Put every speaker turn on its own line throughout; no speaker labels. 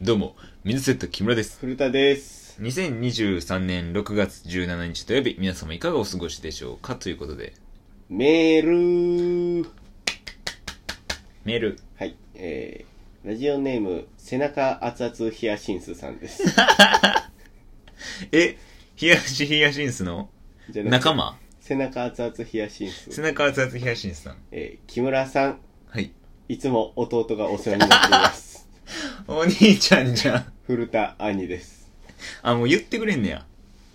どうも、水セット木村です。
古田です。
2023年6月17日土曜日、皆様いかがお過ごしでしょうかということで、
メール
メール。
はい、えー、ラジオネーム、背中熱々ヒヤシンスさんです。
え、ヒヤシヒヤシンスの
じゃなくて
仲間
背中熱々ヒヤシン
背
ス。
中熱々ヒヤシンスさん。
えー、木村さん、
はい。
いつも弟がお世話になってい ます。
お兄ちゃんじゃん。
古田兄です。
あ、もう言ってくれんねや。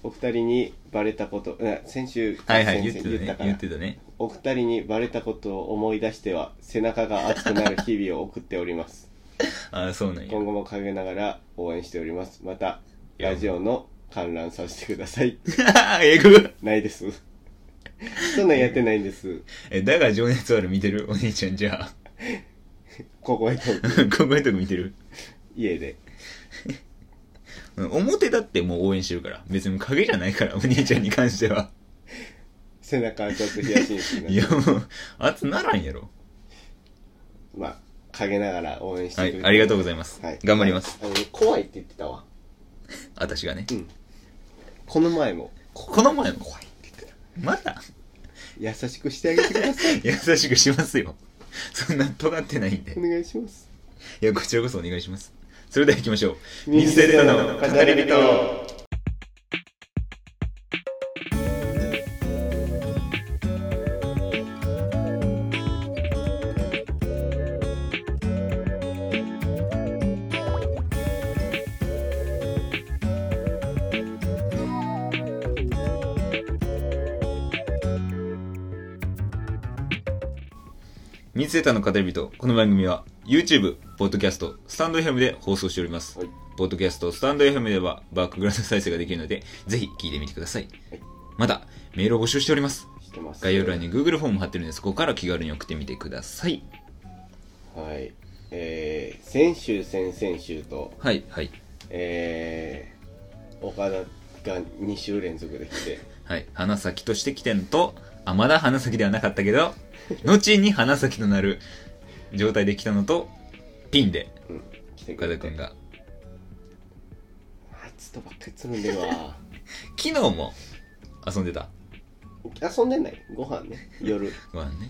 お二人にバレたこと、うん先週、
はいはい、言
先
って
々
た
言った
ね。
から
言ってたね。
お二人にバレたことを思い出しては、背中が熱くなる日々を送っております。
あ、そうなんや。
今後も陰ながら応援しております。また、ラジオの観覧させてください。
えぐ
ないです。 そんなんやってないんです。
え、だが情熱ある見てるお兄ちゃんじゃあ。
ここへと、
ここへとこ見てる。
家で。
うん表だってもう応援してるから。別に影じゃないから、お兄ちゃんに関しては。
背中はちょっと冷やしにし
い
な
や、もう、熱ならんやろ。
まあ、陰ながら応援し
は
てくれ
い、
て
ありがとうございます。
はい
頑張ります。
あの怖いって言ってたわ。
私がね。
うん。この前も、
この前も怖いって言ってた。また
優しくしてあげてください。
優しくしますよ。そんな尖ってないんで
お。願いします。
いや、こちらこそお願いします。それでは行きましょう。水セレタの語り人。水セタの語り人。この番組は YouTube、ポッドキャスト、スタンド FM で放送しております。
はい
ポッドキャスト、スタンド FM ではバックグラウンド再生ができるので、ぜひ聞いてみてください。
はい
また、メールを募集しております。
してます。
概要欄に Google フォーム貼ってるんで、そこから気軽に送ってみてください。
はい。えー、先週、先々週と、
はい、はい、
えー、岡田が2週連続で来て、
はい。花咲として起点と、あ、まだ花咲ではなかったけ ど、後に花咲となる状態で来たのと、ピンで、
うん、来てく
岡田
れ
く
て。
んが。
あいつとばっかりつるんでるわ。
昨日も遊んでた。
遊んでないご飯ね夜
ご飯ね。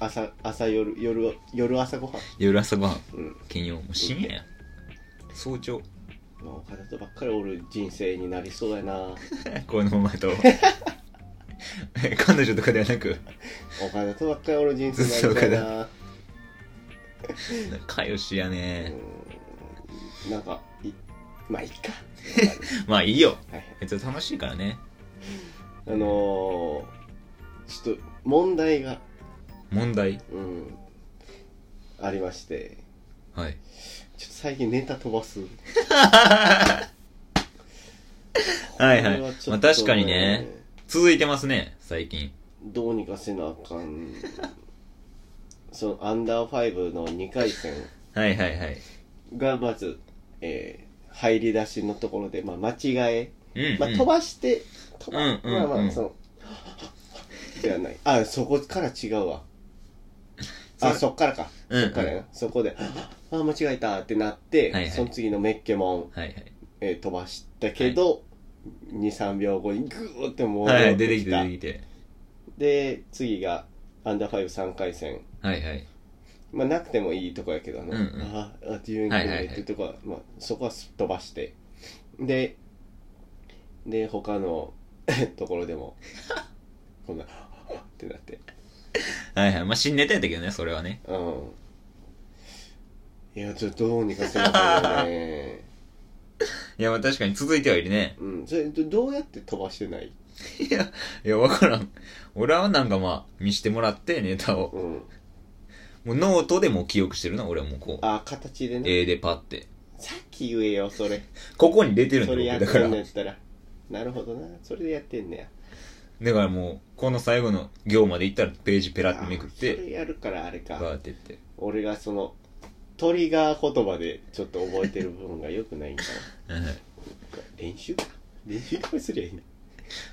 朝朝夜夜夜朝ご飯
夜朝ご飯。
うん
兼用。もう深夜や。早朝。
まあ岡田とばっかりおる人生になりそう やな
このままと。 え彼女とかではなく、
岡田とばっかりおる人生になりそうやな
仲良しやね。
うんなんかいまあいいか
まあいいよ。
はい
めっちゃ楽しいからね。
あのー、ちょっと問題が、
問題。
うん、ありまして
はい。
ちょっと最近ネタ飛ばす
はいは
こ
い
れは。ちょ
まあ
っと
確かにね、続いてますね、最近。
どうにかせなあかんそのアンダーファイブの2回戦
はいはいはい。
がまず、えー入り出しのところで、まあ、間違え、
うん、うん。
まあ、飛ばして飛ば、
うんうん
まあ
う
ま
ん
あその ではないあそこから違うわあそっからか、
うんうん
そっからやなそこで あ間違えたってなって、
はいはい
その次のメッケモン、
はいはい。
えー飛ばしたけど、23秒後にグーってもう
はいはい、出てきて出てきて。
で次がアンダーファイブ3回戦
はいはい。
まあ、なくてもいいとこやけどね、
うんうん
ああデューン
は
ク
いはいは
レ
い
イっていうとこは、まあ、そこはすっ飛ばしてでで他の ところで もこんなってなって
はいはい。まあ新ネタやったけどね、それはね。
うんいやちょっとどうにかせなあか んよね
いや、まあ確かに続いてはいるね。
うんそれどどうやって飛ばしてない
いや、いや、わからん。俺はなんかまあ、見してもらって、ネタを。
うん
もうノートでもう記憶してるな、俺はもうこう。
あ形でね
A でパって。
さっき言えよそれ
ここに出てるん
そ
だ
れ
よ、
やっ
僕だか
て
ら
んの。やったらなるほどなそれでやってんねや
だからもう、この最後の行まで行ったらページペラってめくっ
あそ
て、
れやるからあれか
バーってって。
俺がそのトリガー言葉でちょっと覚えてる部分が良くないんかな
はいはい。
練習か練習これすりゃいいな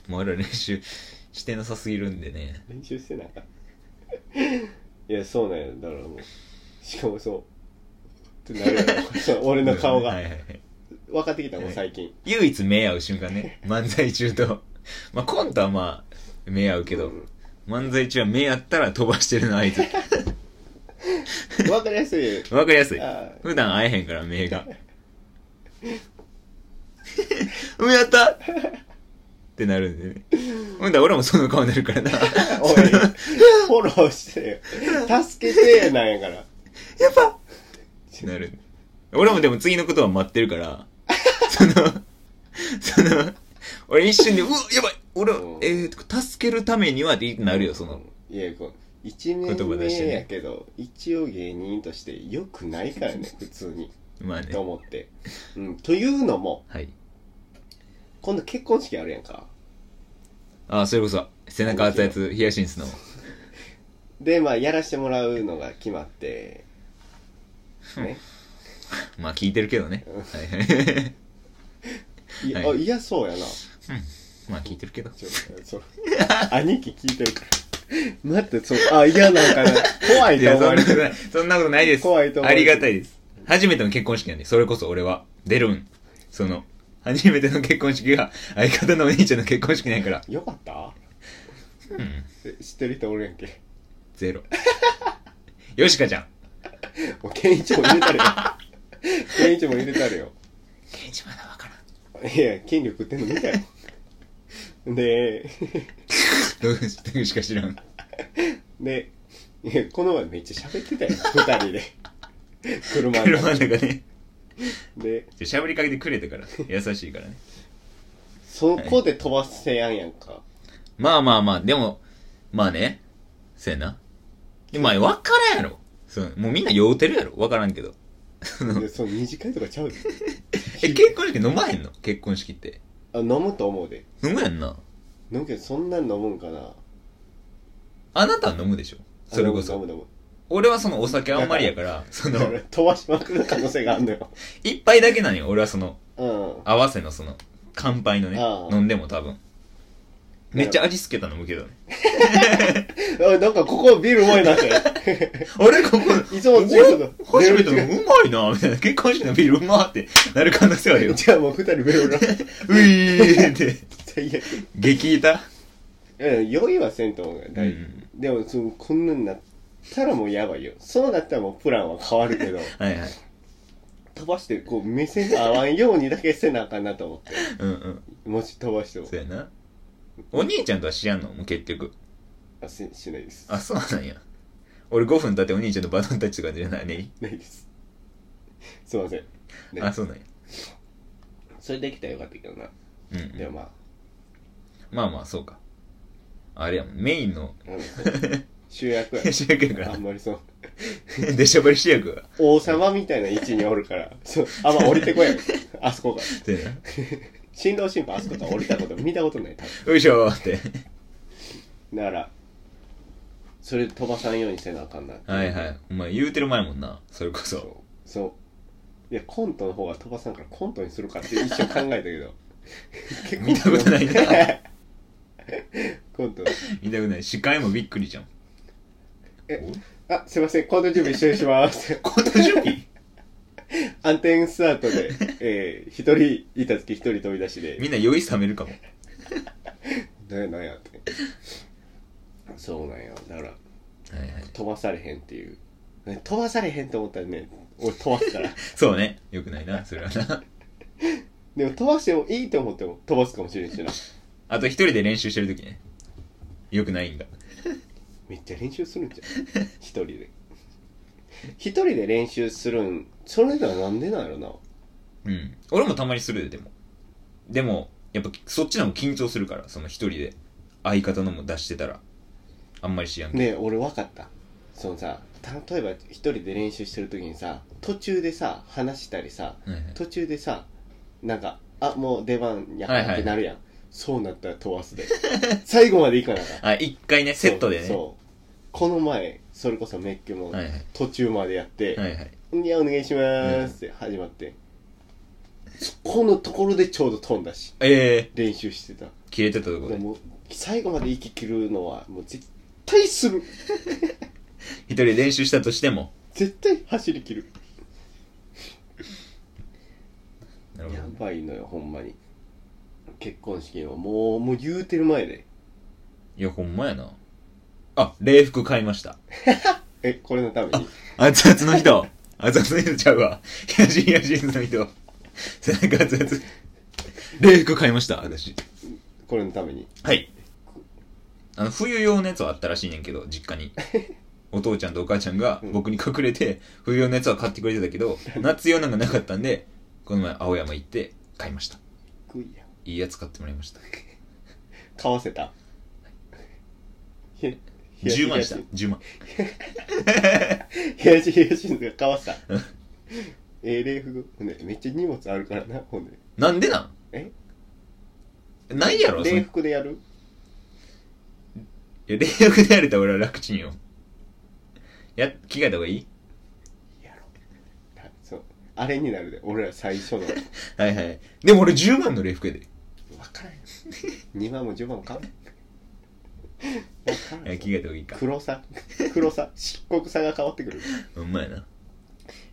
もう俺ら練習してなさすぎるんでね。
練習して なんかんいやそうなんやだからもうしかもそうってなるやろ俺の顔が、
はいはいはい
分かってきたも
は
ん
い
最近
唯一目合う瞬間 ね。漫才中と。まあ、コントはまあ、目合うけど、
うん
漫才中は目合ったら飛ばしてるの合 図。
分かりやすい
わかりやすい
あー。
普段会えへんから、目 が。目合ったってなるんでね。ほんだら俺もその顔になるからな。
おいフォローしてよ助けてなんやから
やっぱってなる。俺もでも次のことは待ってるから、その、その、俺一瞬で、うわ、やばい俺
うん、
えー、助けるためにはってなるよ、その。
いやこう一
言
年
葉出して
目
ね
やけど、一応芸人としてよくないからね普通に
まあね
と。思って、うん、というのも
はい。
今度結婚式あるやんか
ああ、それこそ、背中熱いやつ、ヒヤシンスの。
でまあやらしてもらうのが決まって ね
まあ聞いてるけどね。はいはい。
いや、
は
あ
い
嫌そうやな
まあ聞いてるけど。
ちょ そう兄貴聞いてるから待ってそうあ嫌なんかな怖い
い
と
や、
思
そ
わ
ん
れ
な
て
ことな
る
い。そんなことないです。
怖いと思
あ
われて
り
る
がたいです。初めての結婚式なんで、それこそ俺は、出るん。その、初めての結婚式が、相方のお兄ちゃんの結婚式なんやから。
よかった
うん。
え知ってる人おるやんけ
ゼロ。よしかちゃん。
もうケンイチも入れ たるよケンイチも入れたるよ
ケンジまだわからん。
いや権力ってんの見たよで
どうしどうしか知らん。
でいやこの前めっちゃ喋ってたよ 二人で車の
車の
中
中ね。
で
ちょしゃぶりかけてくれたから。優しいからね。
そこで飛ばせやんやんか、
まあまあまあ、でも、まあね。せやな。でまあ、わからんやろ。そう、もうみんな酔うてるやろ。わからんけど。
でその二次会とかちゃうで
え、結婚式飲まへんの結婚式って。
あ飲むと思うで
飲むやんな。
飲むけどそんなん飲むんかな
あなたは飲むでしょ。それこ
飲む
そ。
飲む飲む
俺はそのお酒あんまりや から、その
だか、ら飛ばしまくる可能性があんのよ
一杯だけなのよ。俺はその、
うん
合わせのその、乾杯のね
あ、あ
飲んでも多分。めっちゃ味付けたのむけどね。
あなんかここビールうまいなって
あれここ、
いつも違うけど
初めてのうまいなみたいな。結婚式のビールうまってなる可能性はあ るよ。
じゃあもう二人ベロベロ
ういーって。
最悪
激痛
うん酔いはせんと思うが
う
大事、
ん。
でもそのこんなんなったらもうやばいよそうなったらもうプランは変わるけど
はいはい。
飛ばしてこう目線が合わんようにだけせなあかんなと思って
うんうん。
もし飛ばしても
そうやな。お兄ちゃんとは知らんのもう結局。
あししないです
あ、そうなんや。俺5分経ってお兄ちゃんとバトンタッチとかじゃないね。
ないですすいませんね
あ、そうなんや。
それできたらよかったけどな、
うんう
でも
ん。
まあ
まあまあ、そうか。あれやもん。メイン の
うん主役や
主役やか
あんまりそう
ら。でしゃばり主役は。
王様みたいな位置におるからそうあんま降りてこ やんあそこが
そうやな。
新郎新婦あそこから降りたこと見たことない多分
よいしょー って。
だからそれ飛ばさんようにせなあかんなって
はいはい。お前言うてる前もんな。それこそ。
そうそういやコントの方が飛ばさんからコントにするかって一瞬考えたけど結
見たことないな
コント
見たくない。司会もびっくりじゃん。
あすいませんコント準備一緒にします
コント準備
暗転スタートで、えー、一人板付き一人飛び出しで
みんな酔い冷めるかも。
なんやなんやってそうなんやだから
はいはい。
飛ばされへんっていうね飛ばされへんと思ったらね俺飛ば すから
そうね。よくないな、それはな。
でも飛ばしてもいいと思っても飛ばすかもしれんしな
あと一人で練習してるときね。よくないんだ。
めっちゃ練習するんじゃん 一人で一人で練習するんそれならなんでなんやろな
うん。俺もたまにするで、でも。でも、やっぱそっちのも緊張するから、その一人で。相方のも出してたら。あんまりしやんけど。
ねえ俺分かったそのさ例えば一人で練習してる時にさ途中でさ話したりさ
はいはい
途中でさなんかあもう出番やからってなるやん、そうなったら飛ばすで 最後までいかなあかん
あ、一回ね、セットでね。
そうそうこの前それこそメッキも
はいはい。
途中までやって、
はいはい。
いや、お願いしますって始まって、そこのところでちょうど飛んだし、
ええ
練習してた。
ー、切れてたとこ
で
で。
も、最後まで息切るのは、もう絶対する。
一人で練習したとしても。
絶対走り切る。ぱいのよほんまに結婚式のもうもう言うてる前で
いや、ほんまやな。あ、礼服買いました。
えこれのために
熱々の 人。熱々の人ちゃうわ。東東の人。背中熱々。礼服買いました、私。
これのために
はい。あの、冬用のやつはあったらしいねんけど、実家 に。お父ちゃんとお母ちゃんが
うん
僕に隠れて、冬用のやつは買ってくれてたけど、夏用なんかなかったんで、この前青山行って買いました。
グイや
いいやつ買ってもらいました。
買わせたひ
10万した。10万。
東東野が買わせたええ礼服ねめっちゃ荷物あるからなほんで
なんでなん
え
ないやろそん
礼服でやる
いや、冷浴でやれたら俺は楽ちんよ。や、着替えた方がいい
やろそうあれになるで俺ら最初の分
はいはい。でも俺10万の礼服やで。
からん2万も10万も買う分か
い
ら
や
ん
着替えた方がいいか。
黒さ黒さ漆黒さが変わってくる
うんまやな。
い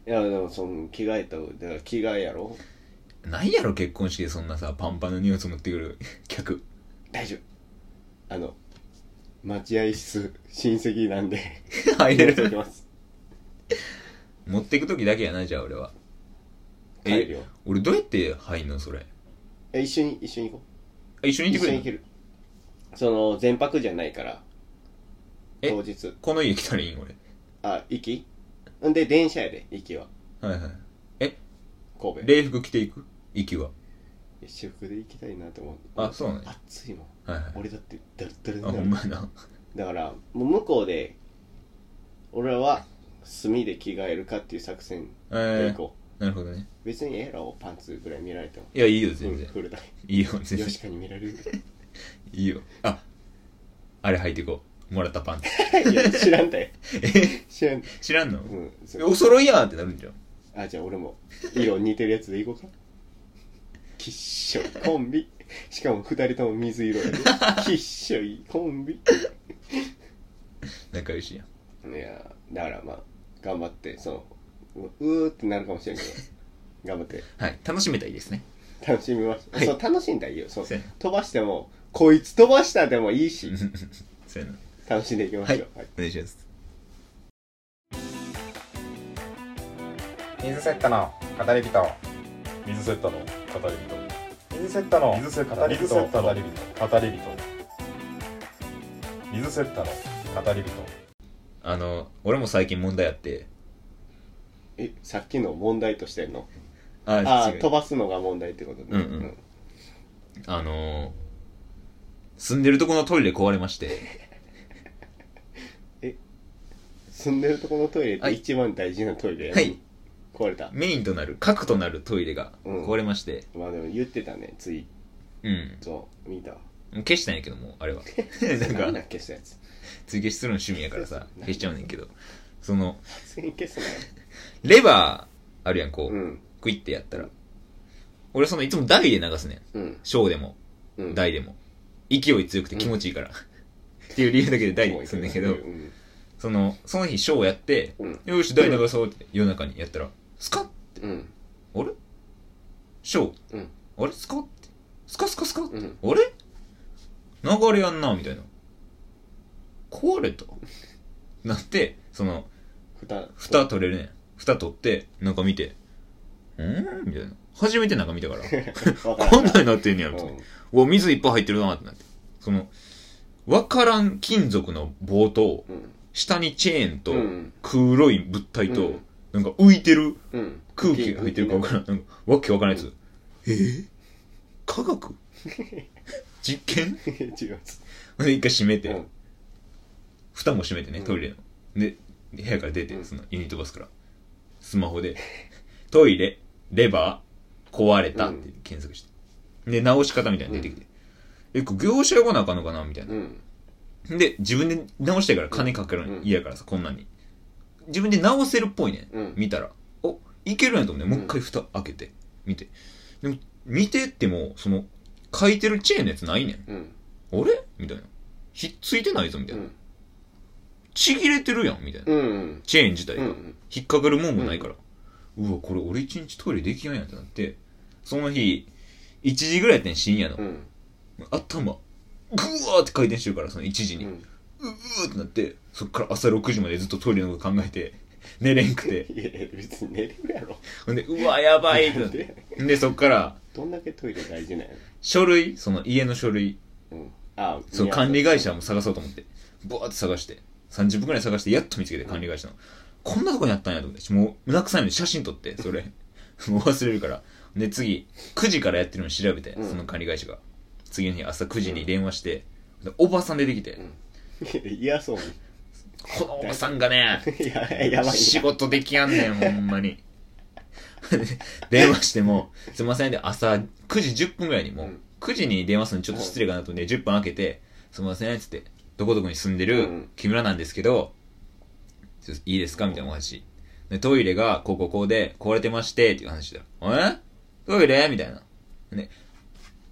やでもその着替えただから着替えやろ
ないやろ、結婚式でそんなさ、パンパンの荷物持ってくる客。
大丈夫あの待合室親戚なんで
入れ
持ってき
る。
ます
持ってく時だけやな、じゃあ俺は。
帰るよ
俺どうやって入んの、それ。
え一緒に一緒に行こ
あ一緒
う
にいて
一
く
緒
れ
に
ん
行け
の
るその全泊じゃないから
え
当日
この家来たらいいん、俺。
あ行きんで電車やで行きは
はいはい。
神戸
礼服着ていく息は。
私服で行きたいなと思う
あ、そうなんや。
暑いもん
はいはい。
俺だってだるだるに
あ、
な
ほ
る
んまやな。
だからもう向こうで俺らは炭で着替えるかっていう作戦 で
え
い
ー、
こ
なるほどね。
う別にエロをパンツぐらい見られても
いや、いいよ、
うん
全然。
フルだよ
いいよ、全然
し。かに見られる
いいよ。あ、あれ履いていこう。もらったパン ツ。
いや知らんだよ
え
知らん
知らんの
うんそう
お揃いやーってなるんじゃん。
あじゃあ俺も色似てるやつでいこうかきっしょいコンビしかも二人とも水色やできっしょいコンビ
仲良しやん。
いやーだからまあ頑張ってそのううーってなるかもし れんけど頑張って
はい。楽しめたらいいですね。
楽しみまし
はい
そう楽しんだらいいよそう
そうや
飛ばしてもこいつ飛ばしたでもいいし
な そうやな。
楽しんでいきましょう、はい
お願いします。
水セットの語り人
水セッタの語り
水セットの
人水セ
語り
水
人
セッタの
語
語
り
り人水セッタの語り人
あの、俺も最近問題あって、
えさっきの問題としてんのあ
あ、
あ
違う
飛ばすのが問題ってことね
うんうんあのー、住んでるとこのトイレ壊れま して、
住んでるとこのトイレって一番大事なトイレやのに、
はい
壊れた
メインとなる、核となるトイレが
うん
壊れまして、
まあでも言ってたねツイ
うん。
ート見たわ
消したんやけどもう、あれ は。な
何
ん
だ
か、
消したやつ
追消しするの趣味やからさ、消しちゃうねんけど。その、
次消す
レバー、あるやん、こう。
なうん
クイってやったら。俺そのいつも台で流すねん。
うん
小でも、
うん
台でも。勢い強くて気持ちいいから。っていう理由だけで台
もう
に
い
すんだけど
う、ん
その、その日小やって、
うん
よし、台流そうって夜中にやったら、スカッ
うん
あれ小、
うん
あれスカッって。スカスカスカッ、
うん
あれ流れやんな、みたいな。壊れたなって、その、
蓋
蓋取れるねん。蓋取って、中見て、うーんみたいな。初めて中見たから。
わから
こ
ん
ん
な
なになってんねやろ、
う
みたい
ん
な。うわ、水いっぱい入ってるなってなって。その、わからん金属の棒と、
うん
下にチェーンと
う、ん
黒い物体と、
うん
なんか浮いてる
うん
空気が入ってるかわからん。なんかわけわからんやつ。えー科学実験
違う
で、一回閉めて、
うん
蓋も閉めてね、
うん
トイレの。で、部屋から出て、
うん
そのユニットバスから。スマホで、トイレ、レバー、壊れたって検索して。で、直し方みたいに出てきて。え、これ業者呼ばなあかんのかなみたいな
う。ん
で、自分で直したいから金かけるの
うん
嫌やからさ、こんなんに。自分で直せるっぽいね。
うん
見たら。お、いけるんやと思って、もう一回蓋開けて、見て。でも、見てっても、その、書いてるチェーンのやつないねん。
うん
あれみたいな。ひっついてないぞ、みた
う
いな。
ん
ちぎれてるやん、みたいな。
うん
チェーン自体
う
が。
ん
引っかかるもんもないから。うわ、これ俺一日トイレできやんやんってなって、その日、1時ぐらいやってん、深夜の。
うん
頭、ぐわーって回転してるから、その1時
う
に。うんうーってなって、そっから朝6時までずっとトイレのこと考えて、寝れんくて。
いやいや別に寝れるやろ
ほんで、うわ、やばいってな って。で、そっから、
どんだけトイレ大事なんや
書類、その家の書類、
ろうんあ
その管理会社
も
も探そうと思って、ぼーって探して、30分くらい探して、やっと見つけて、管理会社の。こんなとこにあったんやと思って、もう、胸くさいのに写真撮って、それ。 もう忘れるから。で、次、9時からやってるの調べて、
うん
その管理会社が。次の日朝9時に電話して、でおばさん出てきて、
嫌そうに
このおばさんがね、
い ややばいな
仕事できやんねん、ほんまに。 電話しても、すいませんで、朝9時10分ぐらいにもう、
うん
9時に電話するのちょっと失礼かなと思って、10分開けて、すいません、つって、どこどこに住んで
う
る
ん
木村なんですけど、ちょっといいですかみたいなお話。でトイレが、こうこうこうで、壊れてまして、っていう話だ。えトイレみたいな。ね。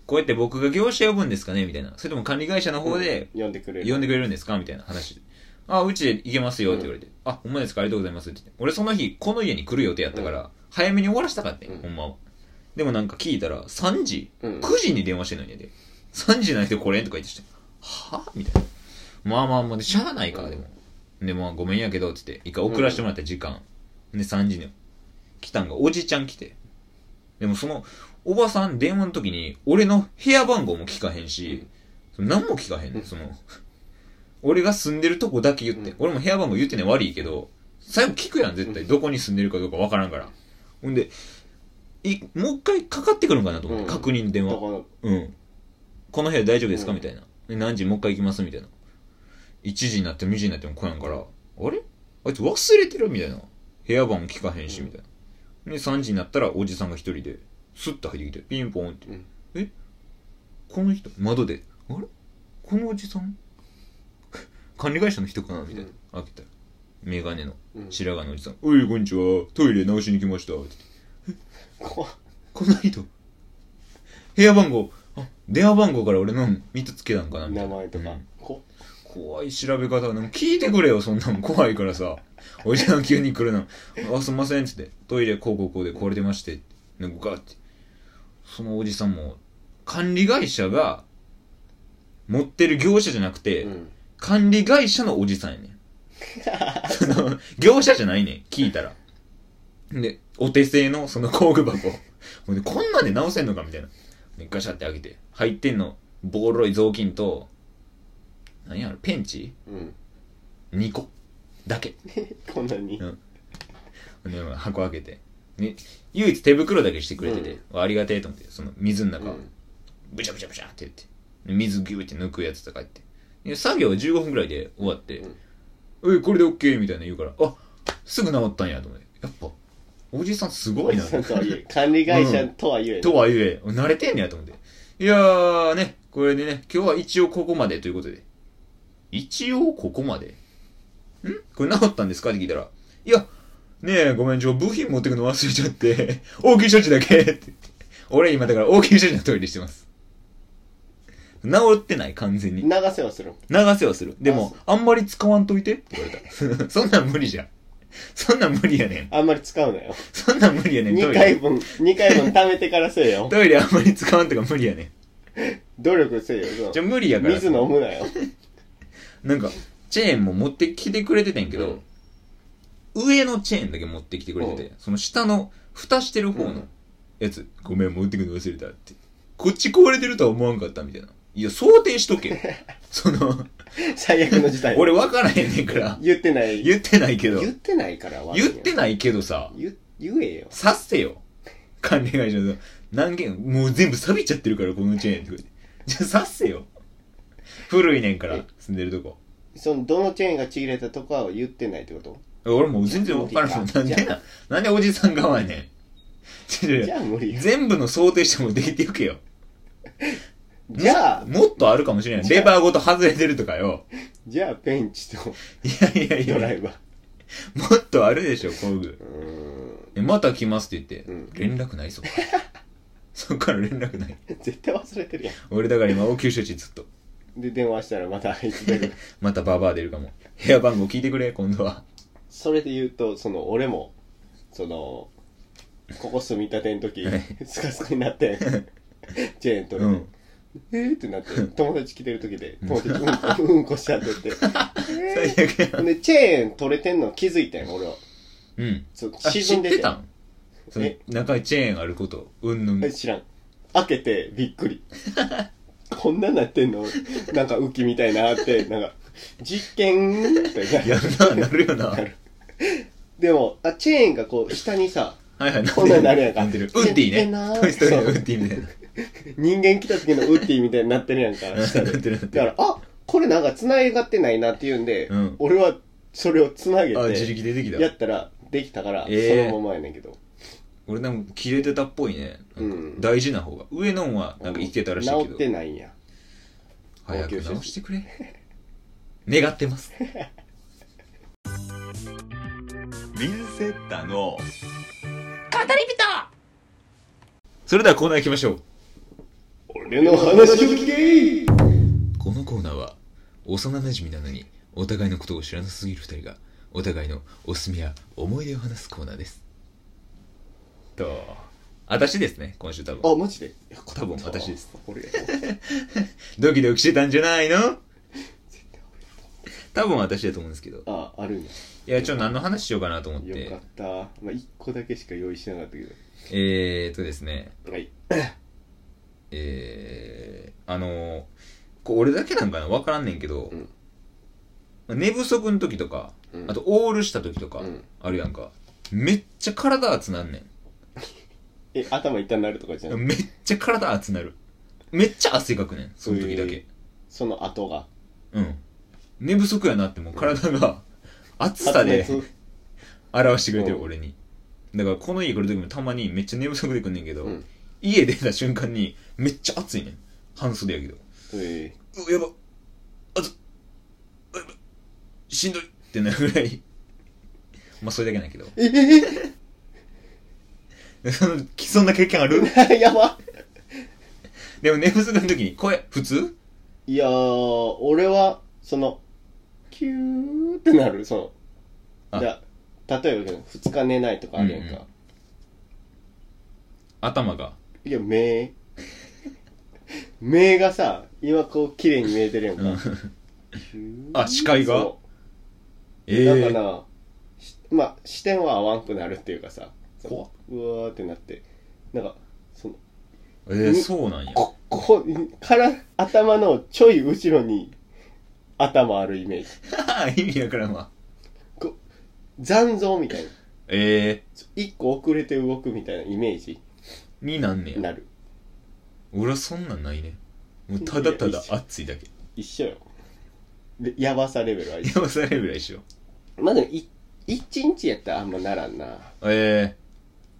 こうやって僕が業者呼ぶんですかねみたいな。それとも管理会社の方で
うん呼んでくれる
呼んでくれるんですかみたいな話で。あ、うちで行けますよって言われて。あ、ほんまですかありがとうございますって言って。俺その日、この家に来る予定やったから、早めに終わらしたかったよ、
うん
ほんまは。でもなんか聞いたら、3時、
うん
9時に電話してんのにやで。3時ないでこれんとか言ってして。はぁみたいな。まあまあまあ、でしゃあないか、でも。で、まあごめんやけど、つって。一回送らせてもらった時間。で、3時に来たんが、おじちゃん来て。でもその、おばさん電話の時に、俺の部屋番号も聞かへんし、何も聞かへんねん、その、俺が住んでるとこだけ言って、
うん
俺も部屋番号言ってね悪いけど、最後聞くやん、絶対。どこに住んでるかどうかわからんから。ほんで、い、もう一回かかってくるんかなと思って、
うん
確認電
ど
話。
この
うん。この部屋大丈夫ですか、
うん
みたいな。で何時にもう一回行きますみたいな。1時になっても2時になっても来やんから、あれあいつ忘れてるみたいな。部屋番も聞かへんし、みたいな。で、3時になったらおじさんが一人で、スッと入ってきて、ピンポンって。
うん
えこの人、窓で、あれこのおじさん 管理会社の人かなみたいな。開けたら。メガネの
うん
白髪のおじさん。おい、こんにちは。トイレ直しに来ました。って
こ
この人、部屋番号、あ、電話番号から俺の3つつけたんかなみたい
名
な。
前とか
うん
こ
怖い調べ方。でも聞いてくれよ、そんなん怖いからさ。おじさん急に来るな。あ、すんません、つって。トイレ、こうこうこうで壊れてまして。なんかガーって。そのおじさんも、管理会社が、持ってる業者じゃなくて、
うん
管理会社のおじさんやねん。その、業者じゃないねん、聞いたら。で、お手製のその工具箱。ほんで、こんなんで直せんのかみたいな。でガシャって開けて、入ってんの、ボロい雑巾と、何やろ、ペンチ
うん
2個。だけ。
こんなに
で箱開けて。ね、唯一手袋だけしてくれてて、ありがてえと思って、その水の中、
うん
ブチャブチャブチャって言って、で水ギューって抜くやつとか言って。で作業は15分くらいで終わって、え、これで OK! みたいな言うから、あ、すぐ治ったんやと思って。やっぱ、おじさんすごいな。
そうとはいえ管理会社とは言え
とはいえ、慣れてんねやと思って。いやーね、これでね、今日は一応ここまでということで。一応ここまでんこれ治ったんですかって聞いたら、いや、ねえ、ごめん、ちょ、部品持ってくの忘れちゃって、 応急処置だけって言って。俺今だから応急処置のトイレしてます。治ってない、完全に。
流せはする
流せはする。でも、
あ
あんまり使わんといてって言われた。 そんなん無理じゃん。そんなん無理やねん。
あんまり使うなよ
そんなん無理やねん、ト
2
イ
回
レ。
分2回分貯めてからせ えよ
トイレあんまり使わんとか無理やねん。
努力せえよ
じ
そ
ゃあ
の
無理やから。
水飲むなよ
なんか、チェーンも持ってきてくれててんけど、上のチェーンだけ持ってきてくれてて、その下の蓋してる方
う
の
ん
やつ、ごめん、持ってくるの忘れたって。こっち壊れてるとは思わんかったみたいな。いや、想定しと け。その、
最悪の事態
俺分からへんねんから。
言ってない
言ってないけど。
言ってないから悪い
言
よ
ってないけどさ、
言言えよ
させよ。管理会社の何件、もう全部錆びちゃってるから、このチェーンとか言って。じゃあさせよ。古いねんから、住んでるとこ。
そのどのチェーンがちぎれたとかは言ってないってこと
俺もう全然わからんもん。
じ
な
ゃあ
んでな、なんでおじさん側やねん。違う違う
じゃあ無理よ
全部の想定してもできていくよ。
じゃあ
もっとあるかもしれない。
じゃあ
レバーごと外れてるとかよ。
じゃあペンチと
いやいやい
ド
や、
ライ バー
もっとあるでしょ、工具。
うーん
えまた来ますって
う
言っ
ん
て、連絡ないそっから そっから連絡ない。
絶対忘れてるや
俺だから今応急処置ずっと。
んで電話したらまたあいつ 出る
またババア出るかも。部屋番号聞いてくれ、今度は。
それで言うとその俺もそのここ住み立ての時
はい
スカスカに なってチェーン取れて、
うん
えーって なって友達来てる時で友達うんこうんこしちゃってて
最悪や。
でチェーン取れてんの気づいたんよ俺は
うん。
そう
あ
沈んで
知っててたんその
え
中にチェーンあること、うんぬん。
え知らん開けてびっく りこんななってんのなんか浮きみたいなってなんか実験ってな
やるな、なるよな。は
ないるでもあチェーンがこう下にさ
はい。
こんなんなるやんか
なってる。ウッディ
ええな
ね。
ー
トイストーリーのウッディみたいな。
人間来た時のウッディみたいになって るやんか下で
なってるなって
だか
る。
らあこれなんか繋がってないなっていうんで、
うん
俺はそれを繋げ
あ、自
て
力出てきた
や。ったらできたから、
えー
そのままやねんけど
俺なんか切れてたっぽいね。なんか
うん
大事な方が。上のんはなんか生きてたらしい
治
け
っ
ど。
てないんや
早く直してくれ。願ってます。水セッターの語り人それではコーナー行きましょう。
俺の話を聞け
このコーナーは、幼馴染なのに、お互いのことを知らなすぎる二人が、お互いのおすすめや思い出を話すコーナーです。と、私ですね、今週多分。
あマジでいや
多分私です
俺や
ドキドキしてたんじゃないの多分私だと思うんですけど。
ああるんや
いや、ちょ、何の話しようかなと思っ。
よかってた、まあ、1個だけしか用意してなかったけ
えーっとですね、
どはい
えー、あのー、これ俺だけなんかなわからんねんけど、
うん
まあ寝不足の時とか、
うん
あとオールした時とか、
うん
あるやんか。めっちゃ体熱なんね。
え頭痛になるとかじゃなんい
めっちゃ体熱なる。めっちゃ汗かくねん、その時だけ。
その後が
うん。寝不足やなってもう体が暑さで
発熱
表してくれて
う
る
ん
俺に。だからこの家来る時もたまにめっちゃ寝不足で来んねんけど、
うん
家出た瞬間にめっちゃ暑いねん。半袖やけど。
え
うわやばあつうわやばしんどいってなるぐらいまあそれだけなんやけど
ー、え
そのそんな経験ある
ー、 やば
でも寝不足の時に声普通
いやー俺はそのキューってなるそ
あ
のじゃあ例えば2日寝ないとかあるやんか、
うん頭が
いや目目がさ今こう綺麗に見えてるやんか、
うん
キュー
あ視界が
そう
ええ
だからな、しまあ視点は合わんくなるっていうかさ
怖っ
うわーってなってなんかその
えー、そうなんや
ここから頭のちょい後ろに頭あるイメー ジ
意味やからんわ
残像みたいな
え
一個遅れて動くみたいなイメージ
えになんね
に
や
なる
俺はそんなんないねもうただただ暑いだけ
一緒よでやばさレベルは一緒
やばされるぐらい一緒
まあでもい一日やったらあんまならんな
え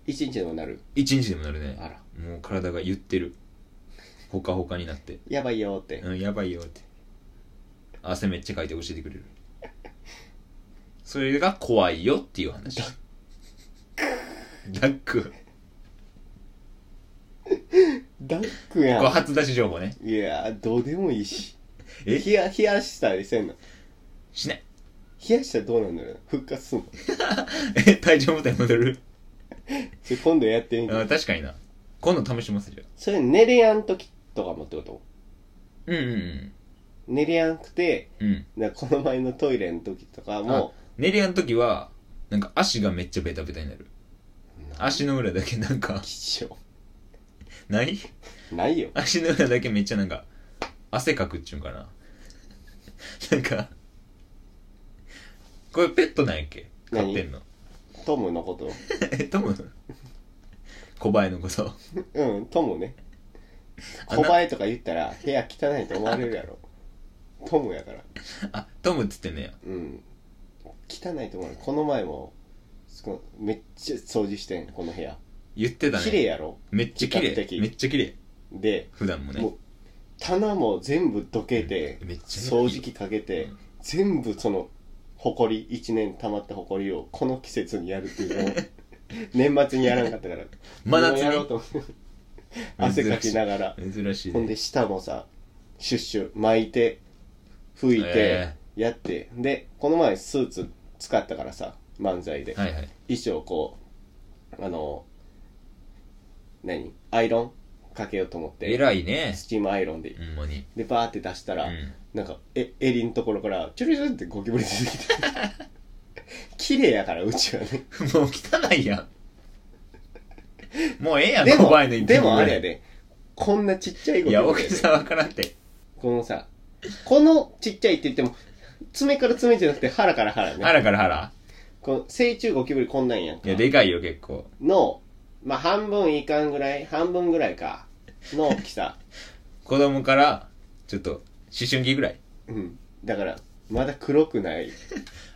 一日でもなる
え一日でもなるね
あら
もう体が言ってるほかほかにな って
やばいよーって、
うん、やばいよって。汗めっちゃかいて教えてくれる。それが怖いよっていう話。ダック。
ダックや
これ
ん
初出し情報ね。
いやーどうでもいいし
え
冷や冷やしたりせんの
しない。
冷やしたらどうなんだろう復 活すんの
え、体調もたい戻る。
それ今度やってみて
あ確かにな。今度試しますじゃあ。
それ寝れやん時とかもってこと
うんうん
寝れやんくて
うん。うん。
だからこの前のトイレの時とかも
寝りやん時は、なんか足がめっちゃベタベタになる。足の裏だけなんか、
きっょ
ない
ないよ
足の裏だけめっちゃなんか汗かくっちゅうんかななんかこれペットなんやっけ飼ってんの
トムのこと
えトム小林のこと
うんトムね
あ
小林とか言ったら部屋汚いと思われるやろトムやから
あトムっつってんねや
うん汚いと思われるこの前もすごいめっちゃ掃除してんこの部屋
言ってた
綺麗
ね
やろ
めっちゃ綺
比較的
麗めっちゃ綺麗
で
普段もね
もう棚も全部どけて、
うんめっちゃいい
掃除機かけて、
うん
全部その埃1年溜まった埃をこの季節にやるっ ていうのを年末にやらなかったから
真夏
もう
に
やろうと思って汗かきながら
珍しい
ほん
ね
で舌もさシュッシュ巻いて拭いて
え
やって、でこの前スーツ使ったからさ漫才で、
はいはい
衣装こうあの何アイロンかけようと思って
偉いね
スチームアイロンで
ほんまに
でバーって出した
う
ら、
ん
なんかえ襟のところからチュルチュルってゴキブリ出てきて 綺麗やからうちはね
もう汚いやんもうええやん
でも
怖いの一
で
点
も
ぐ
あ
ら
れやでこんなちっちゃいゴ
い
キブ
や
リ
大
だよ
き
ね
さわからんって
このさこのちっちゃいって言っても爪から爪じゃなくて腹から腹ね
腹から腹
この成虫ゴキブリこんなんやんか
いやでかいよ結構
のまあ半分いかんぐらい半分ぐらいかの大きさ
子供からちょっと思春期ぐらい
うんだからまだ黒くない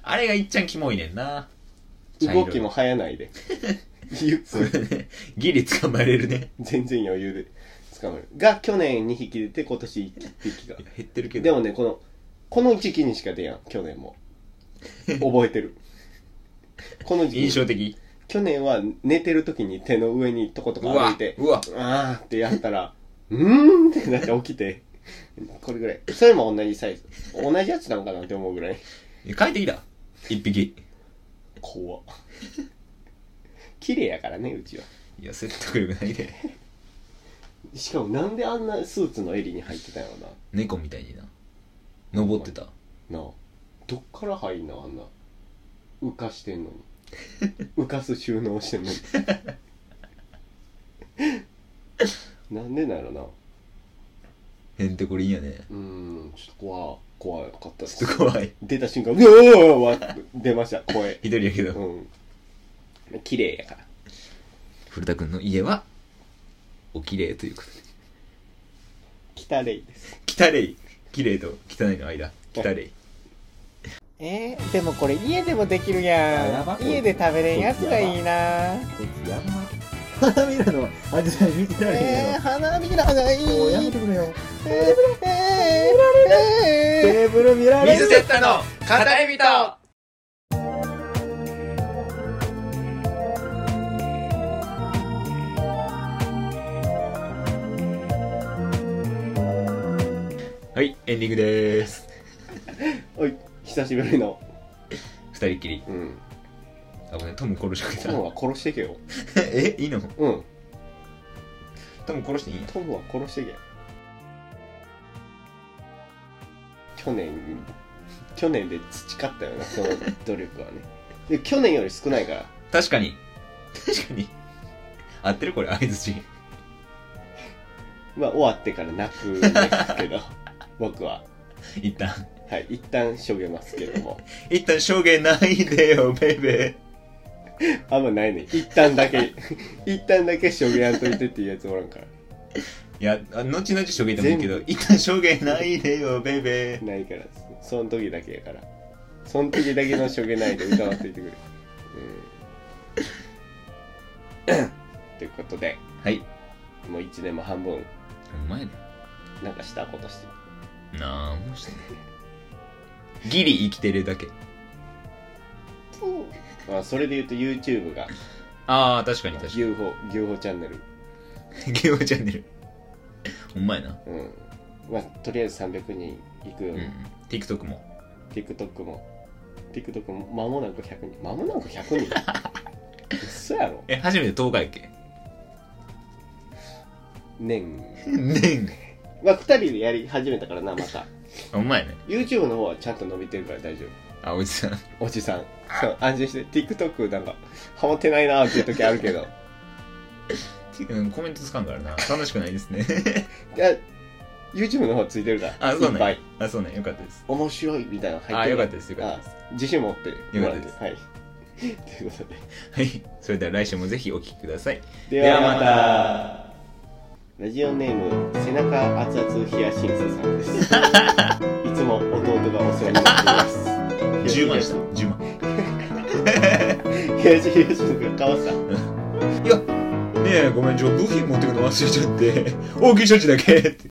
あれがいっちゃんキモいねんな
動きも早ないで ゆっ
そ
く
れ
り
ねギリ捕まれるね
全然余裕で捕まるが去年2匹出て今年1匹が
いや減ってるけど
でもねこのこの時期にしか出やん去年も覚えてるこの時期
印象的
去年は寝てる時に手の上にとこと
う
こ歩
わ
いて
うわ
あーってやったら、うーんってなって起きて、これぐらい。それも同じサイズ。同じやつなんかなって思うぐらい。
帰ってきた一匹
怖っ綺麗やからね、うちは。
いや説得力ないで
しかもなんであんなスーツの襟に入ってたんやろな
猫みたいにな登ってた。
なあ。どっから入んのあんな。浮かしてんのに。浮かす収納してんのに。なんでなのな。
へんてこりんやね
うーん、ちょっと怖、怖かったで
ち
す
ょっ。と怖い
出た瞬間、うわーわ出ました、声。
一人やけど
うん。綺麗やから。
古田君の家はおきれいということ
汚いです。
で汚れいきれいと汚いの間汚れい
えー、でもこれ家でもできるやん家で食べれんやつがいいな
花びらのアジサイ見てられへん
え
や
ー、花びらがいい
ろ。もうやめてくれよ。
えー、えー、えー、
テーブル見られ
水
る。
セッタの語り人はいエンディングでーす
おい、久しぶりの。
二人っきり
うん。
あごめんトム殺しかけ
ト
た
ムは殺してけよ。
えいいの
うん。
トム殺していいんや
トムは殺してけよ。去年、去年で培ったよな、その努力はね。で、去年より少ないから。
確かに確かに合ってるこれ相づち
まあ、終わってから泣くんですけど、僕は。
一旦
はい、一旦しょげますけども。
一旦証言ないでよベイベ
あんまないね。一旦だけ、 一旦だけしょげやんといてっていうやつおらんから。
ーいやあ後々証言でもいいけど一旦証言ないでよベイベー
ないからその時だけやからその時だけのしょげないで歌わせてくれ、うん、ということで
はい
もう1年も半分
ほんまやで
なんかしたことして
なんもしてないギリ生きてるだけ
まあそれで言うと YouTube が
ああ確かに確かに
UFO, UFO チャンネル、
ゲームチャンネルほんまやな
うんまあ、とりあえず300人いくよ
う
うに、
ん TikTok も
TikTok も TikTok も間もなく100人間もなく100人 嘘やろ
え初めて10日やっけ
年
年
まあ2人でやり始めたからなまた
ほんまやね
YouTube の方はちゃんと伸びてるから大丈夫
あおじさん
おじさん。そう、安心して。TikTok なんか、ハマってないなーっていう時あるけど。
うんコメントつかんからな楽しくないですね
いや、YouTube の方ついてるから。
あそう
い
な
っ
んや
ぱい。
あそうねよかったです
面白いみたいなの入ってる。
あよかったですよかったです
あ自信持ってもらって。
よか
はい。 ということ
はいそれでは来週もぜひお聞きください
で。
ではま
た。ラジオネーム、背中熱々ヒヤシンスさん です。いつも弟がお世話になっています。
10万した10万
ヒヤシンヒヤシンスがわした。
ねえごめんちょ部品持ってくの忘れちゃって応急処置だけって